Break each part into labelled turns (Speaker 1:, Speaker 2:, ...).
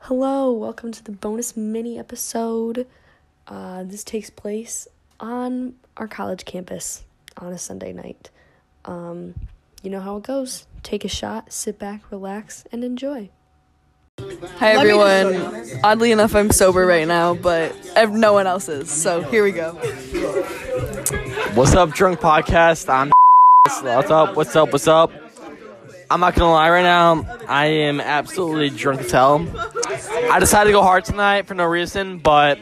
Speaker 1: Hello, welcome to the bonus mini episode. Uh, this takes place on our college campus on a Sunday night. Um, you know how it goes. Take a shot, sit back, relax, and enjoy.
Speaker 2: Hi everyone. Oddly enough, I'm sober right now, but ev- no one else is. So here we go.
Speaker 3: What's up, Drunk Podcast? I'm. What's up? What's up? What's up? I'm not gonna lie right now. I am absolutely drunk as hell. I decided to go hard tonight for no reason, but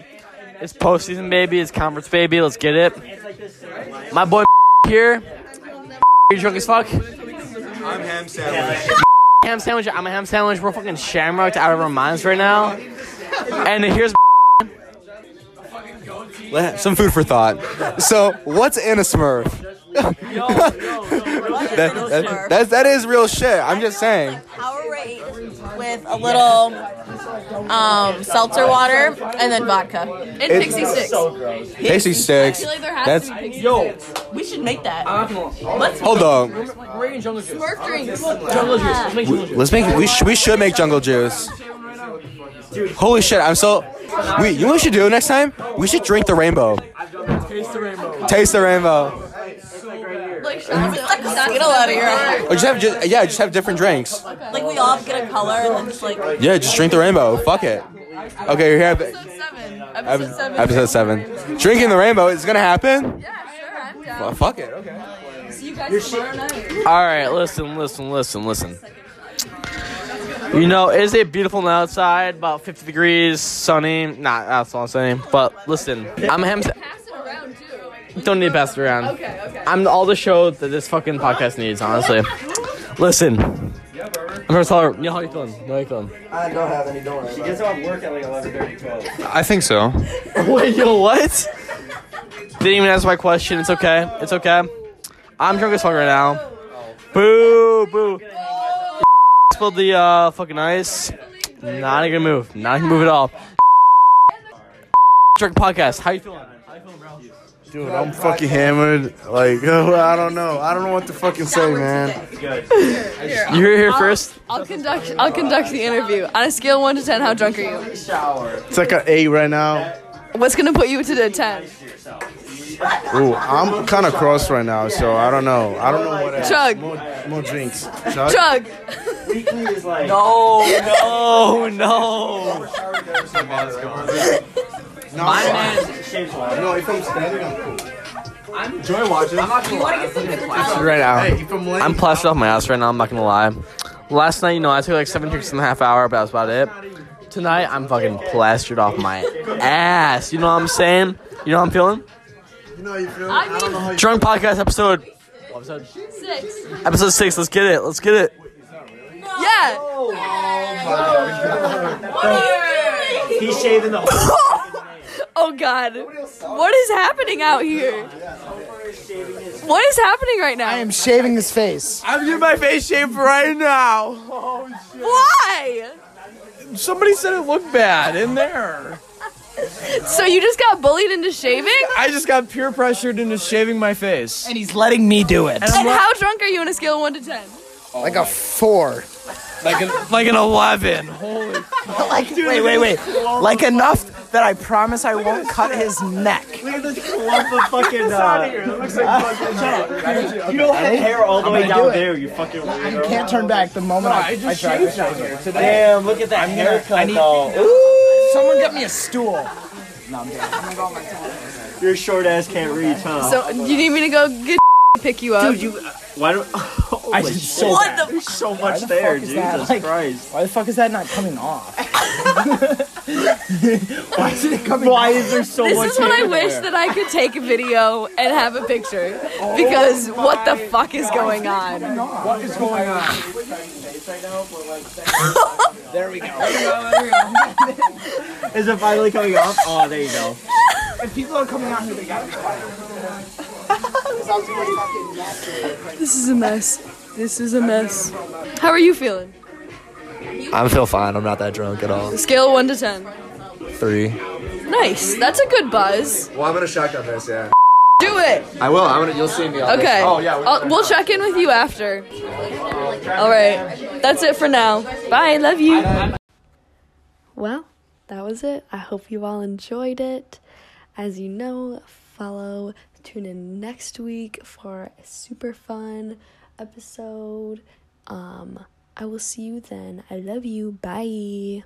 Speaker 3: it's postseason, baby. It's conference, baby. Let's get it. My boy here. You drunk as fuck?
Speaker 4: I'm ham sandwich.
Speaker 3: Ham sandwich. I'm a ham sandwich. We're fucking shamrocked out of our minds right now. And here's
Speaker 4: Some food for thought. So, what's in a Smurf? That- that- that's that is real shit. I'm just saying.
Speaker 2: Powerade with a little um, seltzer water and then vodka and pixie sticks.
Speaker 4: Tasty sticks. That's
Speaker 3: yo.
Speaker 2: We should make that.
Speaker 4: hold on.
Speaker 2: Smurf drinks.
Speaker 4: Let's make we sh- we should make jungle juice. Holy shit! I'm so. We you know what we should do next time? We should drink the rainbow. Taste the rainbow.
Speaker 2: Like skittle out of here.
Speaker 4: Or just have just yeah, just have different drinks.
Speaker 2: Like we all get a color and then just like.
Speaker 4: Yeah, just drink the rainbow. Fuck it. Okay, you're here.
Speaker 2: Seven.
Speaker 4: Episode seven. Episode seven. Drinking the rainbow. It's gonna happen. Well, fuck it. Okay.
Speaker 3: All right, listen, listen, listen, listen. You know, it is a beautiful night outside, about 50 degrees, sunny. Nah, that's all I'm saying. But listen, I'm a ham. Don't need to pass it around. Okay, okay. I'm all the show that this fucking podcast needs, honestly. Listen, I'm gonna tell her. Neil, how you feeling? Neil, how you feeling?
Speaker 4: I think so.
Speaker 3: Wait, yo, what? Didn't even answer my question. It's okay. It's okay. I'm drunk as fuck right now. Boo, boo. Spilled the uh, fucking ice. Not a good move. Not a good move at all. Drunk podcast. How you feeling?
Speaker 5: Dude, I'm fucking hammered. Like, I don't know. I don't know what to fucking say, man.
Speaker 3: You were here first.
Speaker 2: I'll conduct. I'll conduct the interview on a scale of one to ten. How drunk are you?
Speaker 5: It's like an eight right now.
Speaker 2: What's gonna put you to the ten?
Speaker 5: Ooh, I'm kind of cross right now, so I don't know. I don't know what else.
Speaker 2: Chug.
Speaker 5: More, more drinks.
Speaker 2: Chug.
Speaker 3: No, no, no.
Speaker 5: No, no, if I'm standing, I'm cool.
Speaker 3: Right now,
Speaker 5: If I'm
Speaker 3: I'm plastered off my ass right now. I'm not gonna lie. Last night, you know, I took like seven drinks in a half hour, but that was about it. Tonight, I'm fucking plastered off my ass. You know what I'm saying? You know how I'm feeling?
Speaker 5: you know, you feel, I don't know how you
Speaker 3: Drunk podcast episode. Six. Episode six. Let's get it. Let's get it.
Speaker 2: Yeah. What are you doing?
Speaker 6: He's shaving the whole.
Speaker 2: Oh God! What is happening out here? What is happening right now? I am shaving his face. I'm getting my face shaved right now. Why?
Speaker 3: Somebody said it looked bad in there.
Speaker 2: So you just got bullied into shaving?
Speaker 3: I just got peer pressured into shaving my face.
Speaker 6: And he's letting me do it.
Speaker 2: And how drunk are you on a scale of one to ten?
Speaker 3: Like an 11.
Speaker 6: like, wait, wait, wait. Like enough that I promise I won't cut his neck. Look at this clump of fucking. Uh, you don't have hair all the way down there. You fucking.
Speaker 7: You can't turn back the moment I, I try to show you.
Speaker 6: Damn! Look at that haircut though.
Speaker 7: Someone get me a stool.
Speaker 6: Your short ass can't reach, huh?
Speaker 2: So you need me to go get pick you up?
Speaker 6: you. Why don't? I did so.
Speaker 2: what the?
Speaker 6: There's so much there,
Speaker 7: fuck is
Speaker 6: Jesus
Speaker 7: that? Like-
Speaker 6: Christ.
Speaker 7: Why the fuck is that not coming off?
Speaker 6: Why is there so much?
Speaker 2: This is what I wish that I could take a video and have a picture
Speaker 7: Oh
Speaker 2: because what the fuck is going on?
Speaker 6: Is it finally coming off? Oh, there you go.
Speaker 2: This is a mess. This is a mess. How are you feeling?
Speaker 8: I feel fine. I'm not that drunk at all.
Speaker 2: Scale of one to ten.
Speaker 8: Three.
Speaker 2: Nice. That's a good buzz.
Speaker 5: Well, I'm gonna shotgun this, yeah.
Speaker 2: Do it.
Speaker 8: I will. I'm gonna. You'll see me. On
Speaker 2: Okay. Oh yeah. I'll, we'll check in with you after. Um, All right. That's it for now. Bye. Love you.
Speaker 1: well, that was it. I hope you all enjoyed it. As you know, follow, tune in next week for a super fun episode. Um, I will see you then. I love you. Bye.